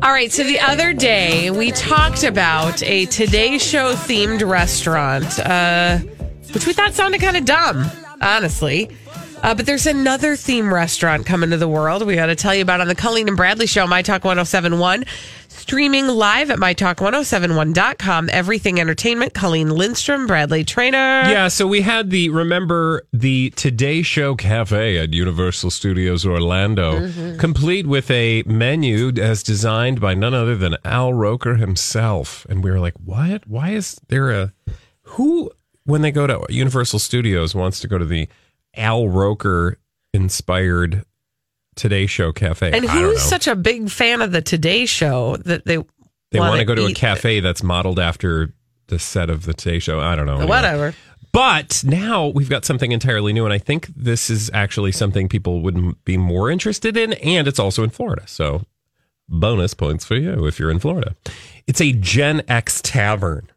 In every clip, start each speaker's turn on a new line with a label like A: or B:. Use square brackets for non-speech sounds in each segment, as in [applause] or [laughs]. A: All right, so the other day we talked about a Today Show themed restaurant, uh, which we thought sounded kind of dumb, honestly. Uh, but there's another theme restaurant coming to the world we got to tell you about on the Colleen and Bradley Show, My Talk 1071, streaming live at MyTalk1071.com. Everything Entertainment, Colleen Lindstrom, Bradley Trainer.
B: Yeah, so we had the remember the Today Show Cafe at Universal Studios Orlando,
A: Mm-hmm.
B: complete with a menu as designed by none other than Al Roker himself. And we were like, "What? Why is there a who when they go to Universal Studios wants to go to the Al Roker inspired Today Show Cafe?"
A: And
B: I don't know.
A: who's such a big fan of the Today Show that they
B: they want to go to a
A: eat-
B: cafe that's modeled after the set of the Today Show. I don't know. Anyway.
A: Whatever.
B: But now we've got something entirely new, and I think this is actually something people would m- be more interested in, and it's also in Florida. So, bonus points for you if you're in Florida. It's a Gen X tavern.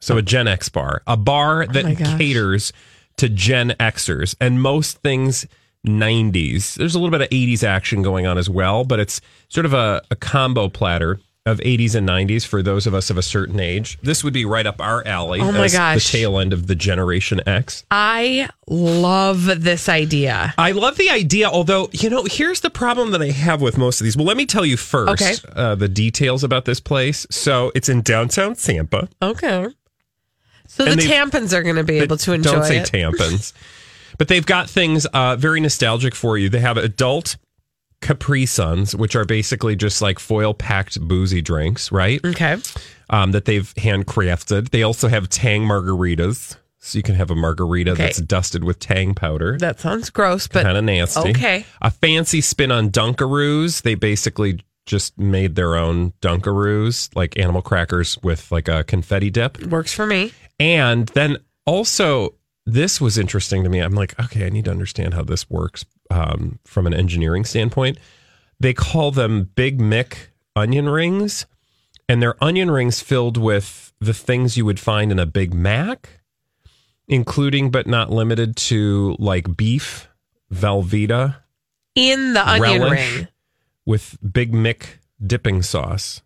B: So, a Gen X bar, a bar
A: Oh my
B: that
A: gosh.
B: caters to Gen Xers and most things 90s. There's a little bit of 80s action going on as well, but it's sort of a, a combo platter of 80s and 90s for those of us of a certain age. This would be right up our alley
A: Oh my
B: as
A: gosh.
B: the tail end of the Generation X.
A: I love this idea.
B: I love the idea, although, you know, here's the problem that I have with most of these. Well, let me tell you first
A: Okay.
B: uh, the details about this place. So it's in downtown Tampa.
A: Okay. So
B: And
A: the
B: they-
A: tampons are going to be able to enjoy
B: Don't say
A: it. [laughs]
B: tampons. but they've got things uh, very nostalgic for you. They have adult Capri Suns, which are basically just like foil packed boozy drinks, right?
A: okay.
B: um, that they've handcrafted. They also have Tang margaritas. So you can have a margarita
A: Okay.
B: that's dusted with Tang powder.
A: That sounds gross, but
B: Kind of nasty.
A: okay.
B: A fancy spin on Dunkaroos. They basically just made their own Dunkaroos, like animal crackers with like a confetti dip.
A: works for me.
B: And then also, this was interesting to me. I'm like, okay, I need to understand how this works um, from an engineering standpoint. They call them Big Mick onion rings, and they're onion rings filled with the things you would find in a Big Mac, including but not limited to like beef, Velveeta,
A: In the onion
B: relish
A: ring.
B: with Big Mick dipping sauce.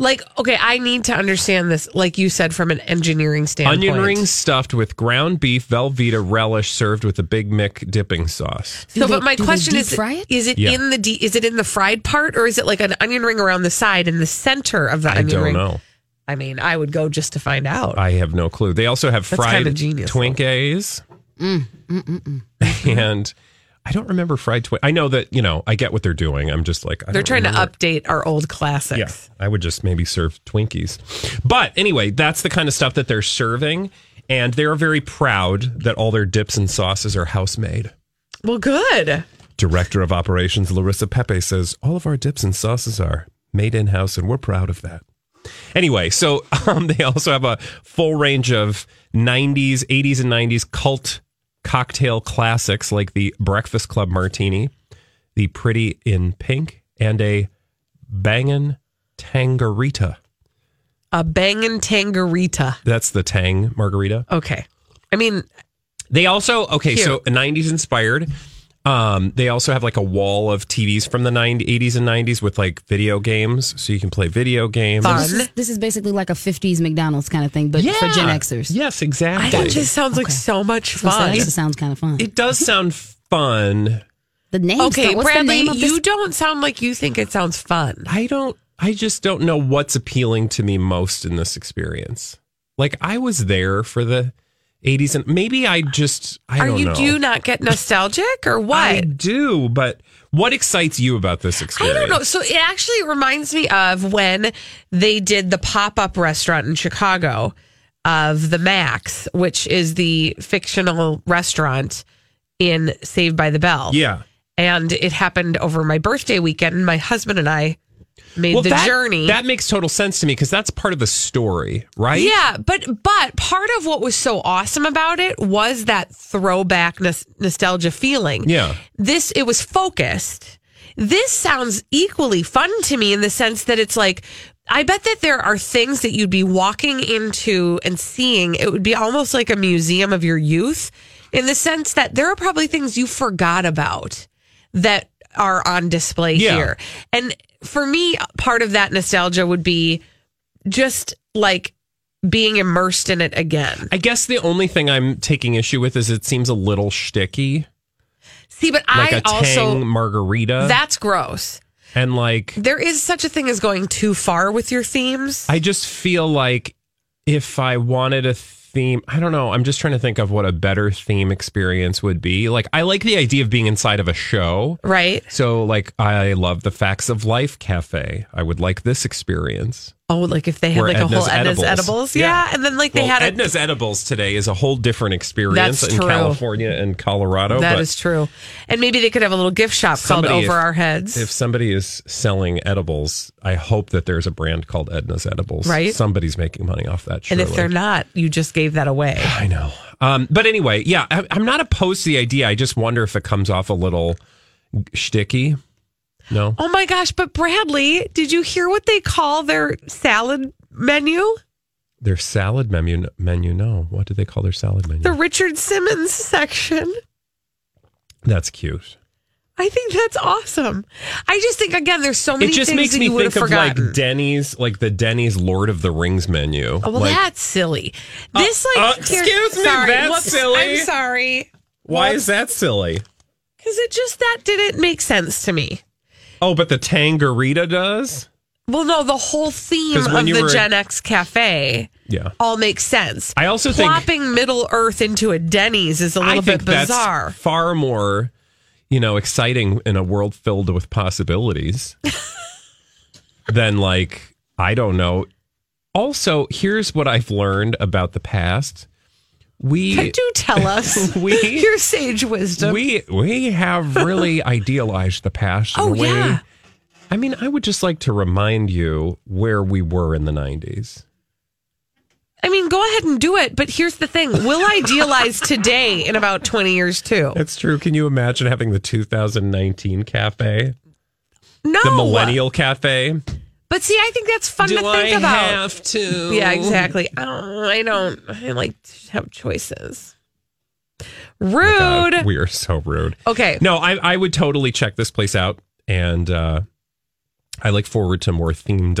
A: Like, okay, I need to understand this, like you said, from an engineering standpoint.
B: Onion rings stuffed with ground beef, Velveeta relish served with a Big Mick dipping sauce.
A: So, but my question is:
C: fry it?
A: Is it
B: Yeah.
A: in the de- is it in the fried part, or is it like an onion ring around the side in the center of the
B: I
A: onion
B: don't
A: ring?
B: know.
A: I mean, I would go just to find out.
B: I have no clue. They also have
A: That's
B: fried
A: kinda genius, Mm, though.
B: Twinkies.
A: Mm-hmm.
B: And I don't remember fried Twink. I know that, you know, I get what they're doing. I'm just like, I
A: They're
B: don't
A: trying
B: remember.
A: to update our old classics.
B: Yeah, I would just maybe serve Twinkies. But anyway, that's the kind of stuff that they're serving. And they're very proud that all their dips and sauces are house made.
A: Well, good.
B: Director of Operations Larissa Pepe says all of our dips and sauces are made in house, and we're proud of that. Anyway, so [laughs] um, they also have a full range of 90s, 80s, and 90s cult cocktail classics like the Breakfast Club Martini, the Pretty in Pink, and a Bangin' Tangarita.
A: A bangin' tangarita.
B: That's the Tang margarita.
A: Okay. I mean,
B: They also okay,
A: Cute.
B: so 90s inspired. Um, they also have like a wall of TVs from the 90s, 80s and 90s with like video games, so you can play video games.
A: Fun.
C: This is, this is basically like a 50s McDonald's kind of thing, but for Gen Xers.
B: Yes,
A: I
B: exactly.
A: think it just sounds like so much
C: So that
A: fun.
C: actually sounds kind of fun.
B: it does sound fun.
C: the name.
A: okay,
C: what's
A: Bradley,
C: the name of this?
A: you don't sound like you think it sounds fun.
B: I don't I just don't know what's appealing to me most in this experience. Like I was there for the 80s and maybe I just I
A: Are
B: don't
A: you
B: know.
A: do not get nostalgic or what?
B: I do, but what excites you about this
A: I
B: experience?
A: don't know. So it actually reminds me of when they did the pop up restaurant in Chicago of the Max, which is the fictional restaurant in Saved by the Bell.
B: Yeah.
A: And it happened over my birthday weekend. and My husband and I made the
B: that,
A: journey.
B: That makes total sense to me because that's part of the story, right?
A: yeah, but but part of what was so awesome about it was that throwback nos- nostalgia feeling.
B: Yeah.
A: this it was focused this sounds equally fun to me in the sense that it's like i bet that there are things that you'd be walking into and seeing it would be almost like a museum of your youth in the sense that there are probably things you forgot about that are on display
B: Yeah.
A: here and for me part of that nostalgia would be just like being immersed in it again.
B: I guess the only thing I'm taking issue with is it seems a little shticky,
A: See, but
B: like
A: I
B: a
A: also
B: Tang margarita,
A: that's gross.
B: and like
A: there is such a thing as going too far with your themes.
B: I just feel like if I wanted a theme, I don't know. I'm just trying to think of what a better theme experience would be. Like, I like the idea of being inside of a show.
A: right?
B: So, like, I love the Facts of Life Cafe. I would like this experience.
A: Oh, like if they had
B: Where
A: like a
B: Edna's
A: whole Edna's edibles,
B: Edibles.
A: Yeah.
B: Yeah.
A: and then like they
B: well,
A: had a,
B: Edna's Edibles today is a whole different experience
A: That's
B: in
A: true.
B: California and Colorado.
A: That
B: oh, but
A: is true, and maybe they could have a little gift shop called
B: Somebody
A: Over
B: if-
A: Our Heads.
B: If somebody is selling edibles, I hope that there's a brand called Edna's Edibles.
A: Right.
B: Somebody's making money off that.
A: and
B: Surely.
A: if they're not, you just gave that away.
B: I know. Um, but anyway, yeah, I, I'm not opposed to the idea. I just wonder if it comes off a little shticky. No.
A: Oh my gosh! But Bradley, did you hear what they call their salad menu?
B: Their salad menu, menu, no. What do they call their salad menu?
A: The Richard Simmons section.
B: That's cute.
A: I think that's awesome. I just think again, there's so many
B: It just
A: things
B: makes
A: that
B: me
A: you would have
B: think of
A: forgotten.
B: like Denny's, like the Denny's Lord of the Rings menu.
A: Oh, well,
B: like,
A: that's silly. This
B: Uh,
A: like
B: uh, excuse me, that's
A: whoops,
B: silly.
A: I'm sorry.
B: why is that silly?
A: Because it just that didn't make sense to me.
B: Oh, but the Tangarita does?
A: Well, no, the whole theme
B: 'Cause
A: of
B: when you
A: the
B: were-
A: Gen X Cafe
B: Yeah.
A: all makes sense.
B: I also think-
A: plopping Middle Earth into a Denny's is a little
B: I
A: bit
B: think
A: bizarre.
B: that's far more, you know, exciting in a world filled
A: [laughs]
B: with possibilities than like I don't know. Also, here's what I've learned about the past. We
A: Do
B: [laughs]
A: tell us
B: We-
A: [laughs] your sage wisdom.
B: we we
A: [laughs]
B: have really idealized the past in
A: Oh,
B: a way.
A: yeah.
B: I mean, I would just like to remind you where we were in the 90s.
A: I mean, go ahead and do it. But here's the thing: we'll idealize today in about 20 years
B: [laughs]
A: too.
B: That's true. Can you imagine having the 2019 cafe,
A: No,
B: the millennial cafe?
A: But see, I think that's fun to think about.
B: to?
A: Yeah, exactly. I don't, I don't. I like to have choices.
B: God,
A: Rude.
B: Uh, we are so rude.
A: okay.
B: No, I, I would totally check this place out, and uh, I look forward to more themed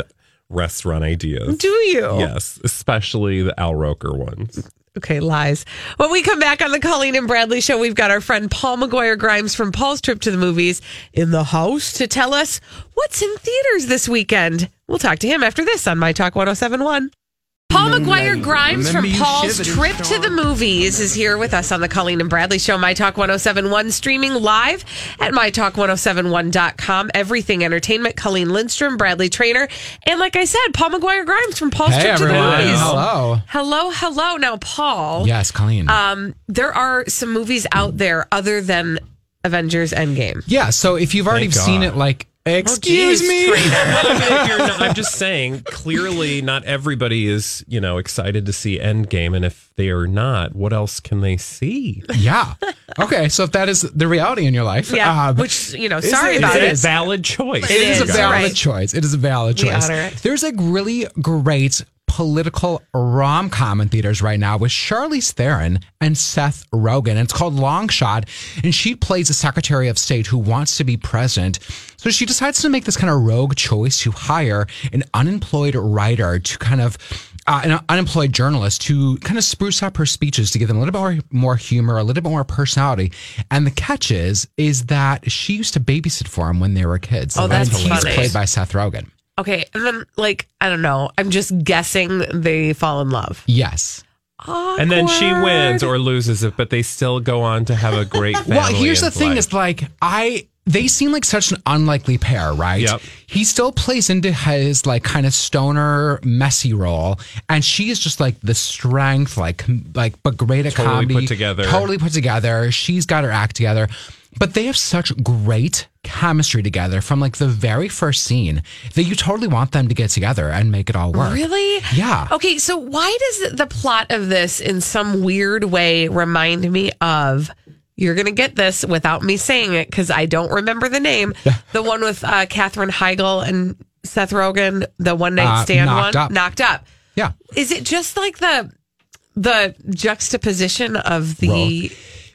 B: restaurant ideas.
A: Do you?
B: Yes, especially the Al Roker [laughs] ones.
A: Okay, lies. When we come back on the Colleen and Bradley show, we've got our friend Paul McGuire Grimes from Paul's Trip to the Movies in the house to tell us what's in theaters this weekend. We'll talk to him after this on My Talk 1071. Paul McGuire Grimes from Paul's Trip to the Movies is here with us on the Colleen and Bradley Show, My Talk 1071, streaming live at MyTalk1071.com. Everything Entertainment, Colleen Lindstrom, Bradley Trainer, and like I said, Paul McGuire Grimes from Paul's Trip to the Movies.
D: Hello.
A: Hello, hello. Now, Paul,
D: Yes, Colleen.
A: um, there are some movies out there other than Avengers Endgame.
D: yeah, so if you've already
B: Thank God.
D: seen it, like, excuse
A: geez,
D: me.
B: I'm just saying, clearly, not everybody is you know excited to see Endgame, and if they are not, what else can they see?
D: [laughs] Yeah. Okay, so if that is the reality in your life,
A: Yeah,
D: um,
A: which you know,
D: is
A: sorry
D: it-
A: about
D: is
A: it.
D: it
B: It's a valid choice.
A: It
D: it is,
A: is,
D: a valid
A: right.
D: choice. It is a valid
A: We
D: choice.
A: honor it.
D: There's a really great political rom com in theaters right now with Charlize Theron and Seth Rogen. And it's called Long Shot, and she plays a Secretary of State who wants to be president. So she decides to make this kind of rogue choice to hire an unemployed writer to kind of. Uh, an unemployed journalist to kind of spruce up her speeches to give them a little bit more, more humor, a little bit more personality. And the catch is, is that she used to babysit for him when they were kids.
A: Oh, that's
D: and he's
A: funny.
D: played by Seth Rogen.
A: Okay, and then like I don't know. I'm just guessing they fall in love.
D: Yes.
B: And then she
A: Awkward.
B: wins or loses it, but they still go on to have a great family.
D: [laughs] Well, here's the
B: and
D: thing:
B: life.
D: is like I they seem like such an unlikely pair, right?
B: Yep.
D: He still plays into his like kind of stoner, messy role, and she is just like the strength, like com- like but great at
B: Totally
D: comedy,
B: put together.
D: totally put together. She's got her act together. But they have such great chemistry together from like the very first scene that you totally want them to get together and make it all work.
A: Really?
D: Yeah.
A: Okay, so why does the plot of this in some weird way remind me of you're going to get this without me saying it because I don't remember the name. the one with uh, Katherine Heigl and Seth Rogen, the one night
D: Uh,
A: stand
D: Knocked
A: one,
D: Up.
A: knocked up.
D: Yeah.
A: Is it just like the the juxtaposition of the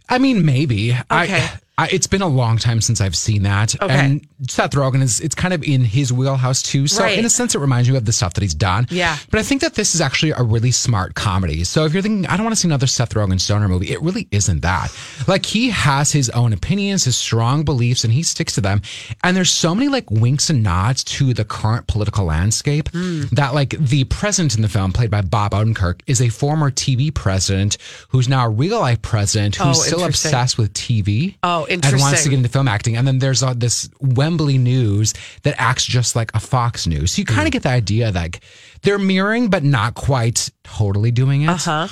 D: I mean, maybe.
A: Okay.
D: I, I, it's been a long time since I've seen that.
A: Okay.
D: And Seth Rogen is, it's kind of in his wheelhouse too. So,
A: Right.
D: in a sense, it reminds you of the stuff that he's done.
A: Yeah.
D: But I think that this is actually a really smart comedy. So, if you're thinking, I don't want to see another Seth Rogen stoner movie, it really isn't that. Like, he has his own opinions, his strong beliefs, and he sticks to them. And there's so many like winks and nods to the current political landscape
A: Hmm.
D: that, like, the president in the film, played by Bob Odenkirk, is a former TV president who's now a real life president who's
A: Oh,
D: still
A: interesting.
D: obsessed with TV.
A: Oh,
D: And wants to
A: interesting.
D: get into film acting. And then there's uh, this Wembley News that acts just like a Fox News. So you kind of get the idea that like, they're mirroring, but not quite totally doing it.
A: uh huh?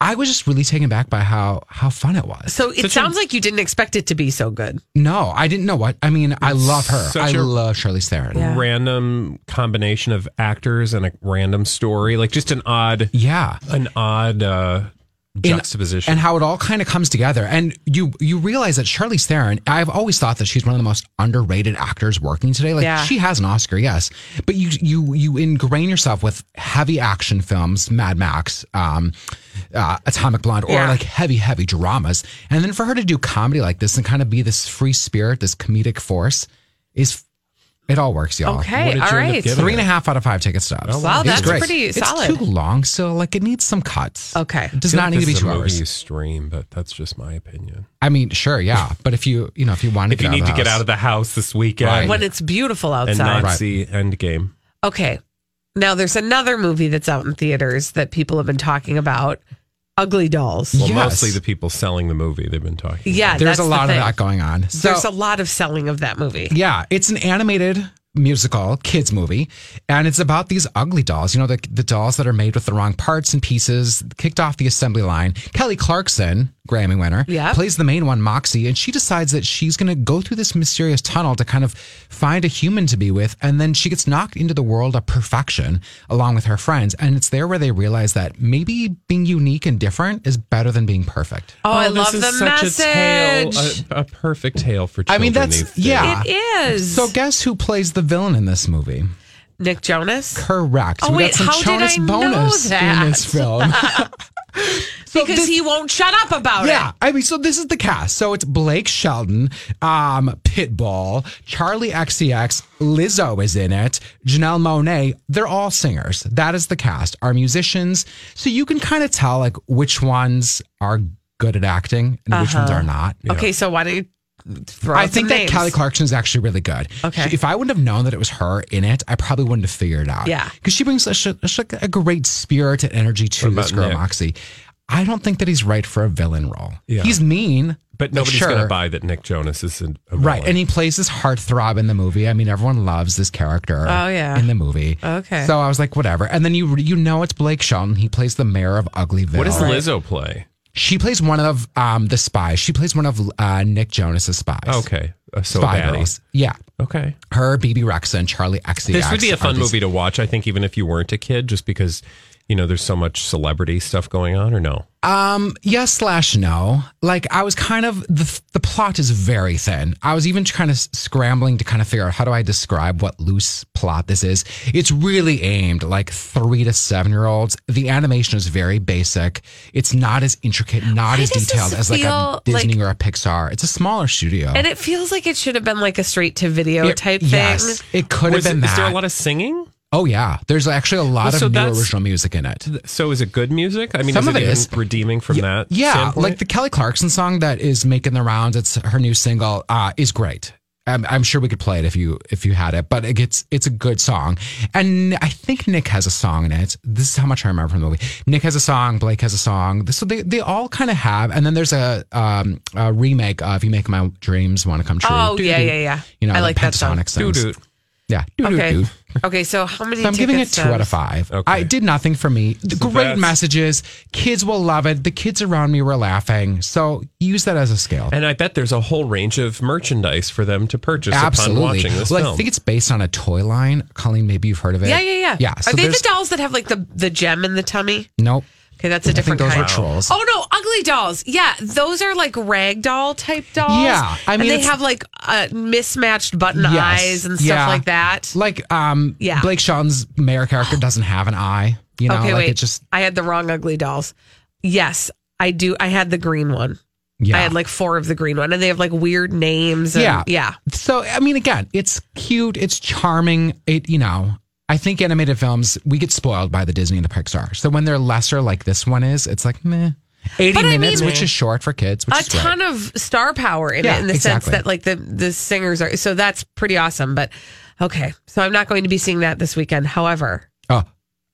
D: I was just really taken back by how how fun it was.
A: So it sounds like you didn't expect it to be so good.
D: no, I didn't know what. I mean, I love her.
B: such
D: I
B: a-
D: love Charlize Theron.
A: Yeah.
B: Random combination of actors and a random story, like just an odd,
D: yeah.
B: an odd uh, juxtaposition.
D: and how it all kind of comes together. And you you realize that Charlize Theron, I've always thought that she's one of the most underrated actors working today. Like
A: Yeah.
D: she has an Oscar, yes, but you you you ingrain yourself with heavy action films, Mad Max, um, uh, Atomic Blonde, or
A: Yeah.
D: like heavy heavy dramas, and then for her to do comedy like this and kind of be this free spirit, this comedic force, is it all works, y'all.
B: Oh, What
A: Okay, all
B: did you end up
A: right.
B: giving?
D: Three and a half out of five ticket stops.
A: wow,
D: It's
A: that's
D: great.
A: pretty
D: it's
A: solid.
D: too long, so like it needs some cuts.
A: Okay.
D: It
B: I
D: does
B: feel
D: not
B: like
D: need to be
B: this is
D: two
B: a movie
D: hours.
B: You stream, but that's just my opinion.
D: I mean, sure, yeah, but if you you know if you want to,
B: If you need to get out of the house this weekend
D: Right.
A: When it's beautiful
B: and
A: outside.
B: not
D: Right.
B: see Endgame,
A: Okay. Now there's another movie that's out in theaters that people have been talking about, Ugly Dolls.
B: well,
D: Yes.
B: mostly the people selling the movie they've been talking. about.
A: Yeah,
D: there's
A: that's
D: a
A: the
D: lot of
A: thing.
D: that going on. So
A: there's a lot of selling of that movie.
D: yeah, it's an animated musical kids movie, and it's about these ugly dolls. You know, the the dolls that are made with the wrong parts and pieces, kicked off the assembly line. Kelly Clarkson, Grammy winner,
A: Yeah.
D: plays the main one, Moxie, and she decides that she's going to go through this mysterious tunnel to kind of find a human to be with, and then she gets knocked into the world of perfection along with her friends, and it's there where they realize that maybe being unique and different is better than being perfect.
A: Oh, I
B: this
A: love
B: is
A: the
B: such
A: message.
D: uh,
B: A, tale, a, a perfect tale for
D: I
B: children.
D: mean, that's-
B: these days.
D: yeah.
A: it is.
D: So guess who plays the villain in this movie?
A: Nick Jonas.
D: Correct.
A: Oh, wait, how did I know that?
D: in
A: [laughs]
D: this film. [laughs] So
A: Because
D: this-
A: he won't shut up about
D: Yeah,
A: it.
D: I mean, so this is the cast. So it's Blake Shelton, um, Pitbull, Charlie XCX, Lizzo is in it, Janelle Monet. They're all singers. That is the cast. Are musicians. So you can kind of tell like which ones are good at acting and which ones are not.
A: Uh-huh. Okay, so why don't you throw
D: I
A: out some
D: think that
A: names?
D: Kelly Clarkson is actually really good.
A: Okay.
D: She- if I wouldn't have known that it was her in it, I probably wouldn't have figured it out.
A: Yeah.
D: Because she brings such a, such a great spirit and energy to
B: about
D: this girl,
B: Nick?
D: Moxie. I don't think that he's right for a villain role.
B: Yeah.
D: He's mean,
B: But nobody's
D: sure.
B: going to buy that Nick Jonas is a a
D: Right.
B: villain.
D: And he plays this heartthrob in the movie. I mean, everyone loves this character.
A: Oh, yeah.
D: In the movie.
A: Okay.
D: So I was like, whatever. And then you you know it's Blake Shelton. He plays the mayor of Uglyville.
B: What does Lizzo play?
D: She plays one of um, the spies. She plays one of uh, Nick Jonas's spies.
B: Okay, uh, so
D: Spy
B: baddie.
D: girls. Yeah.
B: Okay,
D: Her, BB Rexa, and Charlie XCX.
B: this would be a
D: are
B: fun
D: these-
B: movie to watch. I think even if you weren't a kid, just because you know there's so much celebrity stuff going on, or no?
D: Mm, Yes slash no. Like I was kind of the the plot is very thin. I was even kind of scrambling to kind of figure out how do I describe what loose plot this is. It's really aimed like three to seven year olds. The animation is very basic. It's not as intricate, not
A: Why
D: as
A: does this
D: detailed as like a
A: feel
D: Disney
A: like-
D: or a Pixar. It's a smaller studio.
A: And it feels like it should have been like a straight to video
D: It-
A: type
D: Yes,
A: thing.
D: it could have
B: Was-
D: been
B: Is there
D: that.
B: a lot of singing?
D: oh yeah, there's actually a lot
B: Well, so
D: of new
B: that's-
D: original music in it.
B: So is it good music? I mean,
D: Some
B: is
D: of
B: it,
D: it
B: even
D: is.
B: redeeming from that.
D: Yeah,
B: standpoint?
D: like the Kelly Clarkson song that is making the rounds. It's her new single. Uh, is great. I'm, I'm sure we could play it if you if you had it, but it gets it's a good song, and I think Nick has a song in it. This is how much I remember from the movie. Nick has a song, Blake has a song, so they they all kind of have. And then there's a, um, a remake of "You Make My Dreams Want to Come True."
A: Oh, yeah,
D: Doo-doo.
A: yeah, yeah.
D: You know,
A: I
D: the
A: like that song.
D: pentatonic
B: Dude,
D: things.
B: dude.
D: Yeah, doo-doo,
A: Okay.
D: dude.
A: Okay, so how many
D: So I'm giving it
A: tickets,
D: two
A: um,
D: out of five.
B: Okay.
D: I did nothing for me. The
B: So
D: Great
B: that's-
D: messages. Kids will love it. The kids around me were laughing. So use that as a scale.
B: And I bet there's a whole range of merchandise for them to purchase
D: Absolutely.
B: upon watching this
D: well,
B: film.
D: I think it's based on a toy line. Colleen, maybe you've heard of it.
A: Yeah, yeah, yeah.
D: Yeah. So
A: Are they the
D: there's-
A: dolls that have like the, the gem in the tummy?
D: Nope.
A: Okay, that's a
D: I think
A: different
D: those
A: kind.
D: are trolls.
A: Oh no, ugly dolls. Yeah, those are like rag doll type dolls.
D: Yeah, I
A: and
D: mean,
A: they
D: it's-
A: have like uh, mismatched button
D: Yes.
A: eyes and stuff
D: Yeah.
A: like that.
D: Like, um,
A: Yeah.
D: Blake Shelton's mayor character doesn't have an eye. You know,
A: okay,
D: like
A: wait.
D: it just.
A: I had the wrong ugly dolls. Yes, I do. I had the green one.
D: Yeah.
A: I had like four of the green one, and they have like weird names. And,
D: Yeah.
A: yeah.
D: So I mean, again, it's cute, it's charming. It you know, I think animated films we get spoiled by the Disney and the Pixar. So when they're lesser like this one is, it's like meh. Eighty
A: But I
D: minutes,
A: mean-
D: which is short for kids, which
A: a
D: is great.
A: ton of star power in
D: Yeah,
A: it in the
D: exactly.
A: sense that like the the singers are so that's pretty awesome but okay so i'm not going to be seeing that this weekend however
D: Oh,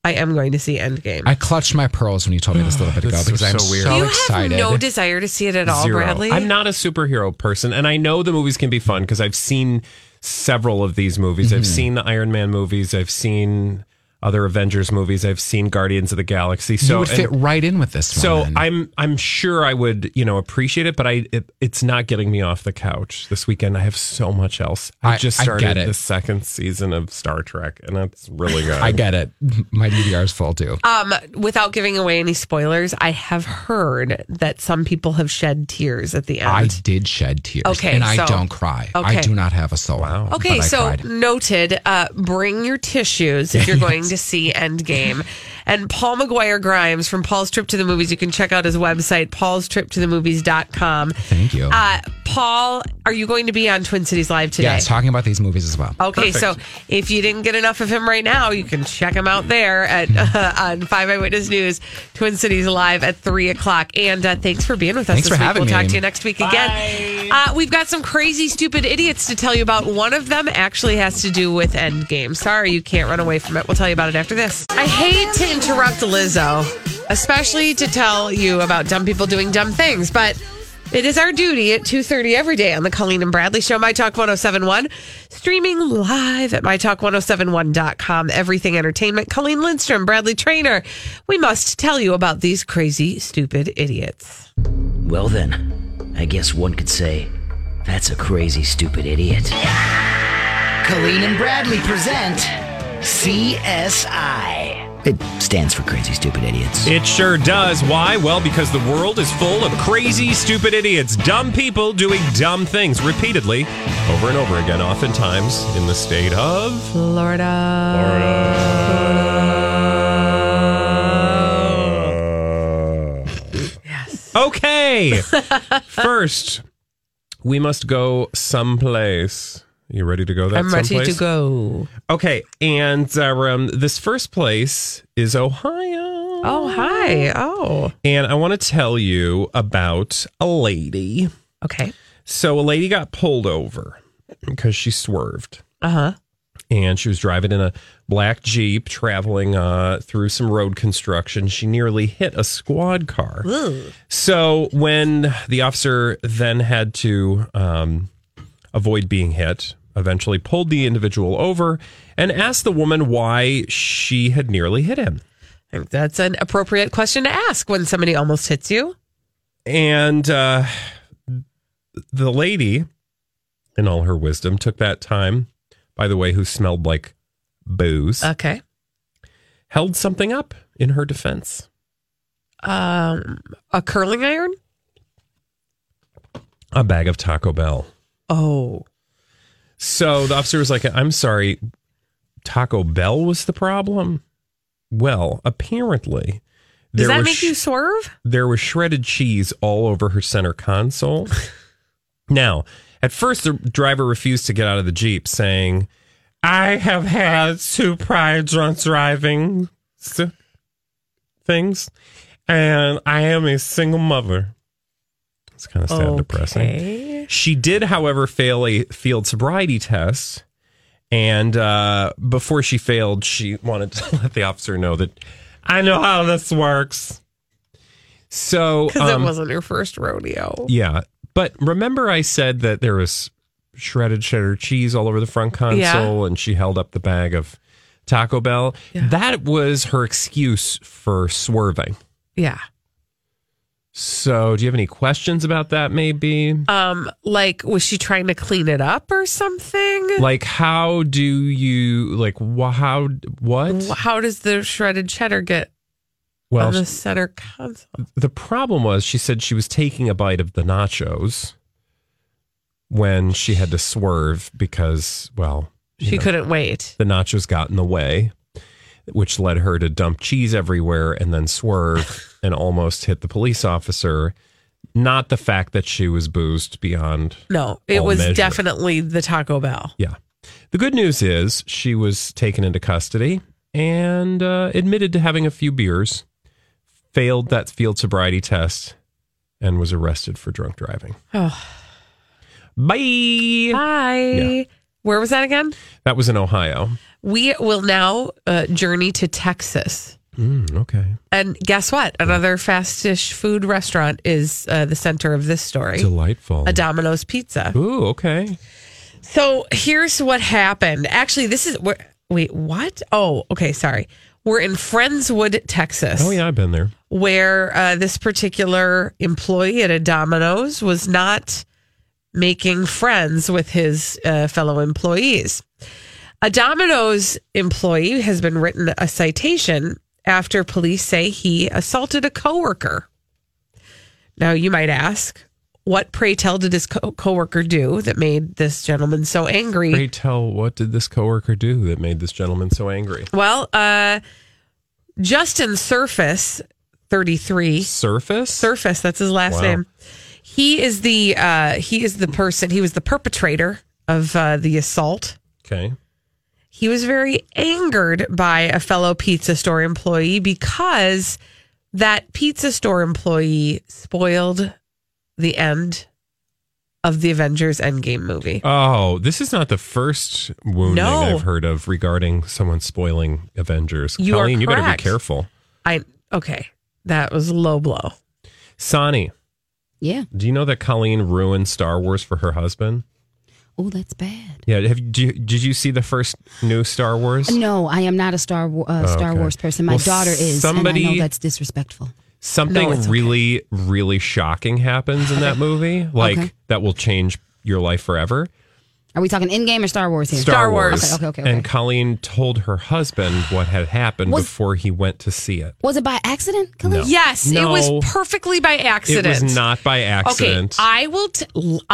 A: i am going to see endgame
D: I clutched my pearls when you told me this a little bit ago
B: That's
D: because
B: so
D: I'm
B: weird.
D: so
A: you
D: excited.
A: have no desire to see it at all
B: Zero.
A: bradley
B: I'm not a superhero person, and I know the movies can be fun because I've seen several of these movies. I've
D: Mm-hmm.
B: seen the Iron Man movies. I've seen other Avengers movies. I've seen Guardians of the Galaxy. So
D: you would
B: and-
D: fit right in with this one.
B: so
D: then.
B: I'm I'm sure I would you know appreciate it, but I it, it's not getting me off the couch this weekend. I have so much else. I,
D: I-
B: just
D: I get
B: started
D: it.
B: the second season of Star Trek, and that's really good.
D: I get it. My DVR is full too.
A: um without giving away any spoilers i have heard that some people have shed tears at the end
D: I did shed tears.
A: Um, Okay,
D: and I
A: so-
D: don't cry. I
A: okay.
D: do not have a soul. Wow.
A: Okay, so noted. Uh, bring your tissues if you're going to see Endgame. And Paul McGuire Grimes from Paul's Trip to the Movies. You can check out his website, paulstriptothemovies.com.
D: Thank you.
A: Uh, Paul, are you going to be on Twin Cities Live today?
D: yeah, it's talking about these movies as well.
A: Okay, so if you didn't get enough of him right now, you can check him out there at [laughs] uh, on Five Eyewitness News, Twin Cities Live at three o'clock. And uh, thanks for being with us
D: Thanks
A: this week.
D: for having
A: we'll
D: me.
A: talk to you next week again. Uh, we've got some crazy, stupid idiots to tell you about. One of them actually has to do with Endgame. Sorry, you can't run away from it. We'll tell you about it after this. I hate to interrupt Lizzo, especially to tell you about dumb people doing dumb things, but. It is our duty at 2.30 every day on the Colleen and Bradley Show, My Talk 1071, streaming live at MyTalk1071.com, everything entertainment. Colleen Lindstrom, Bradley Trainer. We must tell you about these crazy, stupid idiots.
E: Well, then, I guess one could say that's a crazy, stupid idiot. Colleen and Bradley present CSI. It stands for Crazy Stupid Idiots.
B: It sure does. Why? Well, because the world is full of crazy, stupid idiots, dumb people doing dumb things repeatedly, over and over again, oftentimes in the state of.
A: Florida. [laughs]
B: Okay. First, we must go someplace. You ready to go that
A: I'm ready to
B: someplace?
A: go.
B: Okay. And uh, um, this first place is Ohio.
A: Oh, hi. Oh.
B: And I want to tell you about a lady.
A: Okay.
B: So a lady got pulled over because she swerved.
A: Uh-huh.
B: and she was driving in a black jeep traveling uh, through some road construction she nearly hit a squad car so when the officer then had to um, avoid being hit eventually pulled the individual over and asked the woman why she had nearly hit him
A: I think That's an appropriate question to ask when somebody almost hits you.
B: and uh, the lady in all her wisdom took that time by the way who smelled like booze
A: Okay.
B: held something up in her defense.
A: Um, a curling iron?
B: A bag of Taco Bell.
A: Oh.
B: So the officer was like, I'm sorry, Taco Bell was the problem? Well, apparently.
A: Does that
B: was
A: make
B: sh-
A: you swerve?
B: there was shredded cheese all over her
A: [laughs]
B: center console. now, at first, the driver refused to get out of the Jeep, saying, I have had two prior drunk driving s- things, and I am a single mother. It's kind of sad and
A: Okay.
B: depressing. She did, however, fail a field sobriety test. And uh, before she failed, she wanted to [laughs] let the officer know that I know how this works. So,
A: because
B: um,
A: it wasn't her first rodeo.
B: yeah. But remember, I said that there was shredded cheddar cheese all over the front console,
A: Yeah.
B: and she held up the bag of Taco Bell. That was her excuse for swerving.
A: Yeah.
B: So, do you have any questions about that? Maybe
A: Um, like was she trying to clean it up or something?
B: [laughs] like how do you like wh- how what?
A: Wh- How does the shredded cheddar get
B: Well,
A: on the center console?
B: the problem was she said she was taking a bite of the nachos when she had to swerve because well
A: She couldn't wait.
B: the nachos got in the way, which led her to dump cheese everywhere and then swerve and almost hit the police officer. Not the fact that she was boozed beyond.
A: No, it
B: all
A: was
B: measure.
A: definitely the Taco Bell.
B: Yeah. The good news is she was taken into custody and uh, admitted to having a few beers, failed that field sobriety test, and was arrested for drunk driving.
A: Oh.
B: Bye.
A: Hi.
B: Yeah.
A: Where was that again?
B: That was in Ohio.
A: We will now uh, journey to Texas.
B: Mm, okay.
A: And guess what? Another fast-ish food restaurant is uh, the center of this story.
B: Delightful.
A: A Domino's Pizza.
B: Ooh, okay.
A: So here's what happened. Actually, this is we're- wait what? Oh, okay. Sorry, we're in Friendswood, Texas.
B: Oh, yeah, I've been there.
A: where uh, this particular employee at a Domino's was not making friends with his uh, fellow employees. A Domino's employee has been written a citation after police say he assaulted a coworker. Now you might ask, what pray tell did his co- coworker do that made this gentleman so angry?
B: Pray tell, what did this coworker do that made this gentleman so angry?
A: Well, uh, Justin Surface, 33,
B: Surface?
A: Surface. That's his last
B: Wow.
A: name. He is the uh, he is the person. He was the perpetrator of uh, the assault.
B: Okay.
A: He was very angered by a fellow pizza store employee because that pizza store employee spoiled the end of the Avengers Endgame movie.
B: Oh, this is not the first wounding
A: No.
B: I've heard of regarding someone spoiling Avengers.
A: You are
B: Colleen, you better
A: correct.
B: be careful.
A: I okay, that was low blow.
B: Sonny,
C: Yeah.
B: do you know that Colleen ruined Star Wars for her husband?
C: Oh, that's bad.
B: Yeah. Have do you, did you see the first new Star Wars?
C: No, I am not a Star Wa- uh, Star
B: Oh, okay.
C: Wars person. My
B: Well,
C: daughter is. and I
B: somebody-
C: know that's disrespectful.
B: Something
A: No, it's okay.
B: really, really shocking happens in that movie, like
C: Okay.
B: that will change your life forever.
C: Are we talking in game or Star Wars here?
B: Star Wars.
C: Okay, okay, okay. okay.
B: And Colleen told her husband what had happened
C: Was-
B: before he went to see it.
C: was it by accident, Khalid?
B: No.
A: Yes, it
B: No.
A: was perfectly by accident.
B: It was not by accident.
A: Okay, I will t-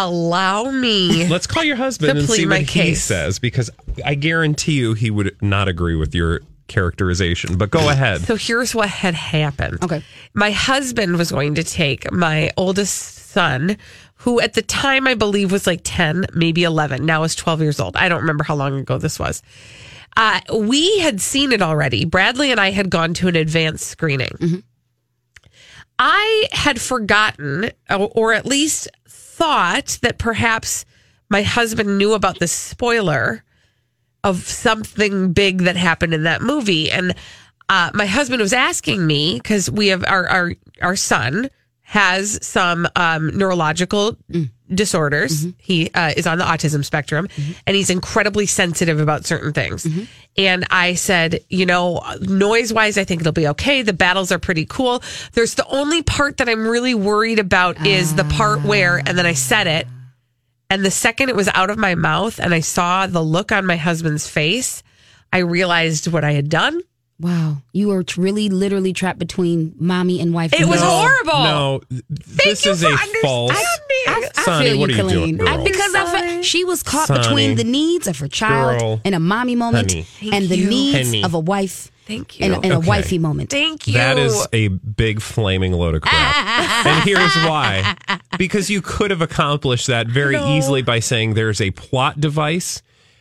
A: allow me.
B: Let's call your husband
A: To
B: and
A: plead
B: see
A: my
B: what he
A: case.
B: says because I guarantee you he would not agree with your characterization. But go ahead.
A: So here's what had happened.
C: Okay.
A: My husband was going to take my oldest son, who at the time I believe was like 10, maybe 11, now is 12 years old. I don't remember how long ago this was. Uh, we had seen it already. Bradley and I had gone to an advanced screening. I had forgotten, or- or at least thought, that perhaps my husband knew about the spoiler of something big that happened in that movie. And uh, my husband was asking me because we have our, our our son has some um, neurological disorders. He uh, is on the autism spectrum, and he's incredibly sensitive about certain things. And I said, you know, noise wise, I think it'll be okay. The battles are pretty cool. There's the only part that I'm really worried about is the part where, and then I said it. And the second it was out of my mouth and I saw the look on my husband's face, I realized what I had done.
C: Wow, you were t- really literally trapped between mommy and wife.
A: It was
C: No.
A: horrible.
B: No, th- this
A: you
B: is
A: for
B: a false.
C: I, I
B: Sonny,
C: feel you,
B: what are you doing,
C: Colleen. I-
B: girl?
C: because I fe- she was caught
B: Sonny.
C: between the needs of her child
B: Girl.
C: in a mommy moment
B: Honey.
C: and the
A: you.
C: needs
B: Honey.
C: of a wife
A: Thank
C: in a, in a
B: Okay.
C: wifey moment.
A: Thank you.
B: That is a big flaming load
A: [laughs]
B: of crap. and here's why. Because you could have accomplished that very easily by saying there's a plot device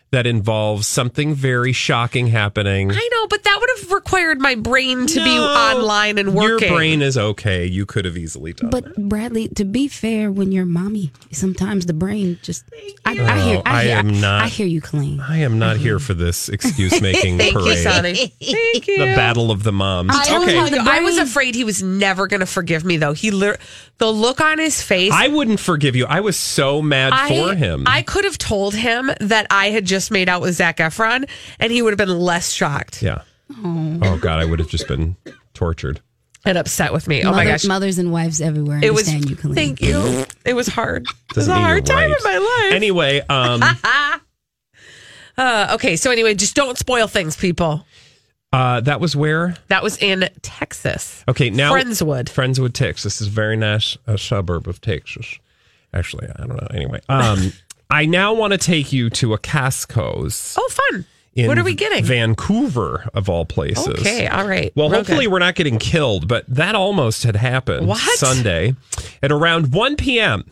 B: that involves something very shocking happening.
A: I know, but that would have required my brain to be
B: No,
A: online and working.
B: Your brain is okay. You could have easily done
C: But
B: that.
C: Bradley, to be fair, when you're mommy, sometimes the brain just. I, I hear.
B: Oh, I
C: I, hear,
B: am not-
C: I hear you, Colleen.
A: Oh
B: I am not here for this excuse
A: [laughs]
B: making
A: Thank you,
B: parade.
A: Sonny.
B: [laughs]
A: Thank you.
B: the battle of the moms.
C: I don't
B: okay.
C: have the
A: I was
C: brain.
A: afraid he was never going to forgive me, though. He lit- the look on his face.
B: I wouldn't forgive you. I was so mad
A: I-
B: for him.
A: I could have told him that I had just made out with Zach Efron, and he would have been less shocked
B: yeah. Oh God, I would have just been tortured.
A: and upset with me. Oh
C: Mother-
A: my gosh,
C: Mothers and wives everywhere.
A: it was.
C: understand you, Colleen.
A: Thank you. It was hard. It was
B: Doesn't
A: a
B: mean
A: hard
B: you're
A: time
B: right.
A: in my life.
B: Anyway, um,
A: Uh, okay, so anyway, just don't spoil things, people.
B: uh, that was where.
A: That was in Texas.
B: Okay, now
A: Friendswood.
B: Friendswood, Texas is a very nice uh, suburb of Texas. Actually, I don't know. Anyway,
A: [laughs]
B: um, I now want to take you to a Casco's.
A: Oh, fun.
B: in
A: What are we getting?
B: Vancouver, of all places.
A: Okay, all right.
B: Well,
A: Real
B: hopefully
A: good.
B: we're not getting killed, but that almost had happened
A: What?
B: Sunday at around 1 p.m.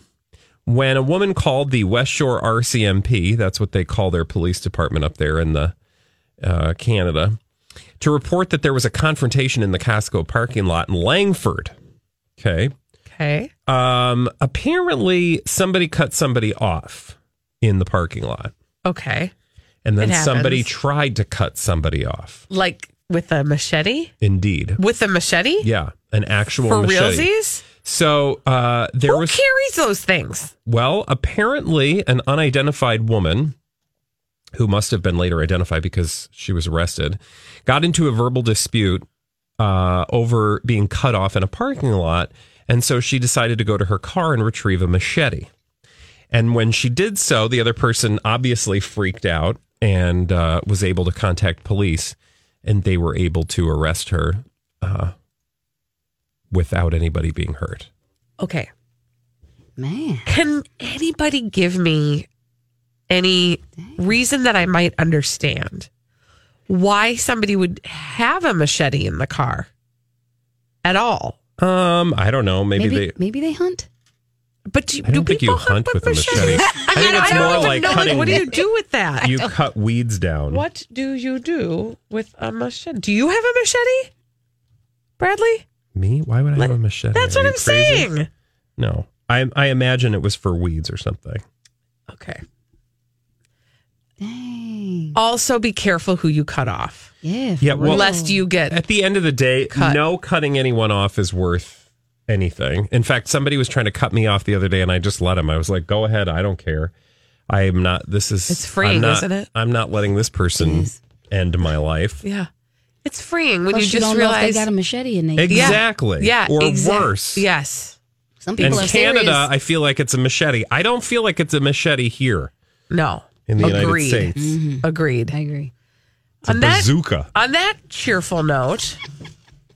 B: when a woman called the West Shore RCMP, that's what they call their police department up there in the uh, Canada, to report that there was a confrontation in the Costco parking lot in Langford. Okay.
A: okay.
B: Um, apparently somebody cut somebody off in the parking lot.
A: Okay.
B: And then
A: It happens.
B: somebody tried to cut somebody off.
A: Like with a machete?
B: Indeed.
A: With a machete?
B: Yeah, an actual
A: For
B: machete.
A: realsies?
B: So uh, there
A: Who
B: was
A: carries those things?
B: well, apparently an unidentified woman who must have been later identified because she was arrested got into a verbal dispute uh, over being cut off in a parking lot, and so she decided to go to her car and retrieve a machete. And when she did so, the other person obviously freaked out and uh, was able to contact police, and they were able to arrest her uh, without anybody being hurt.
A: Okay.
C: Man,
A: Can anybody give me any reason that I might understand why somebody would have a machete in the car at all?
B: Um, I don't know. Maybe,
C: maybe
B: they.
C: maybe, they hunt.
A: But do,
B: I don't
A: do
B: think
A: people
B: you hunt with a machete. [laughs] I
A: I
B: think
A: mean,
B: it's
A: I don't
B: more
A: even
B: like
A: know,
B: cutting-
A: what do you do with that?
B: You cut weeds down.
A: what do you do with a machete? Do you have a machete, Bradley?
B: Me? Why would I have a machete?
A: That's what
B: Are you
A: I'm
B: crazy?
A: saying.
B: No, I I imagine it was for weeds or something.
A: Okay.
C: Dang.
A: Also, be careful who you cut off,
C: Yeah.
B: Yeah,
C: for
B: well-
C: real.
A: lest you get.
B: At the end of the day,
A: Cut.
B: no cutting anyone off is worth anything. In fact, somebody was trying to cut me off the other day, and I just let him. I was like, "Go ahead, I don't care. I am not. This is
A: It's
B: I'm
A: freeing,
B: not-
A: isn't it?
B: I'm not letting this person
C: is.
B: end my life.
A: Yeah, it's freeing when
C: Plus,
A: you
C: you
A: just
C: don't know if
A: realize.
C: they got a machete in there.
A: Yeah.
B: Exactly.
A: Yeah,
B: Or
A: exact-
B: worse.
A: Yes.
C: Some
B: In
C: people are
B: Canada,
C: serious.
B: I feel like it's a machete. I don't feel like it's a machete here
A: No.
B: in the
A: Agreed. Mm-hmm.
B: United States.
A: Agreed.
C: I agree.
B: It's a
A: On that-
B: bazooka.
A: On that cheerful note,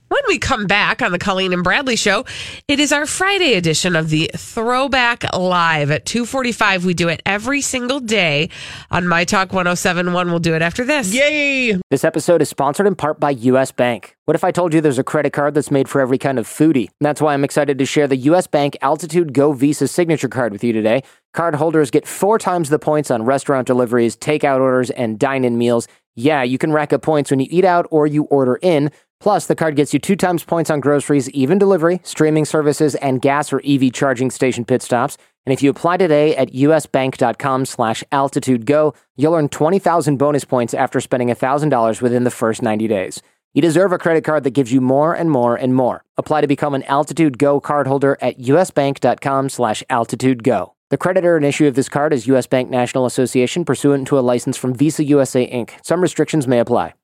A: when we come back on the Colleen and Bradley show, it is our Friday edition of the Throwback Live at 2:45. We do it every single day on My Talk 1071. We'll do it after this.
B: Yay!
F: This episode is sponsored in part by US Bank. What if I told you there's a credit card that's made for every kind of foodie? And that's why I'm excited to share the US Bank Altitude Go Visa signature card with you today. Cardholders get four times the points on restaurant deliveries, takeout orders, and dine in meals. Yeah, you can rack up points when you eat out or you order in. Plus, the card gets you two times points on groceries, even delivery, streaming services, and gas or EV charging station pit stops. And if you apply today at usbank.com slash altitudego, you'll earn 20,000 bonus points after spending $1,000 within the first 90 days. You deserve a credit card that gives you more and more and more. Apply to become an Altitude Go cardholder at usbank.com slash altitudego. The creditor and issue of this card is U.S. Bank National Association pursuant to a license from Visa USA Inc. Some restrictions may apply.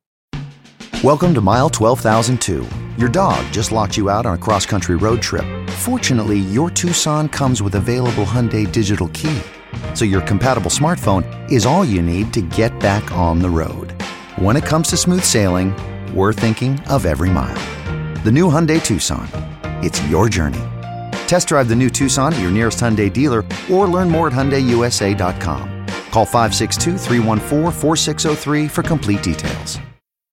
G: Welcome to Mile 12002. Your dog just locked you out on a cross country road trip. Fortunately, your Tucson comes with available Hyundai Digital Key. So your compatible smartphone is all you need to get back on the road. When it comes to smooth sailing, we're thinking of every mile. The new Hyundai Tucson. It's your journey. Test drive the new Tucson at your nearest Hyundai dealer or learn more at HyundaiUSA.com. Call 562 314 4603 for complete details.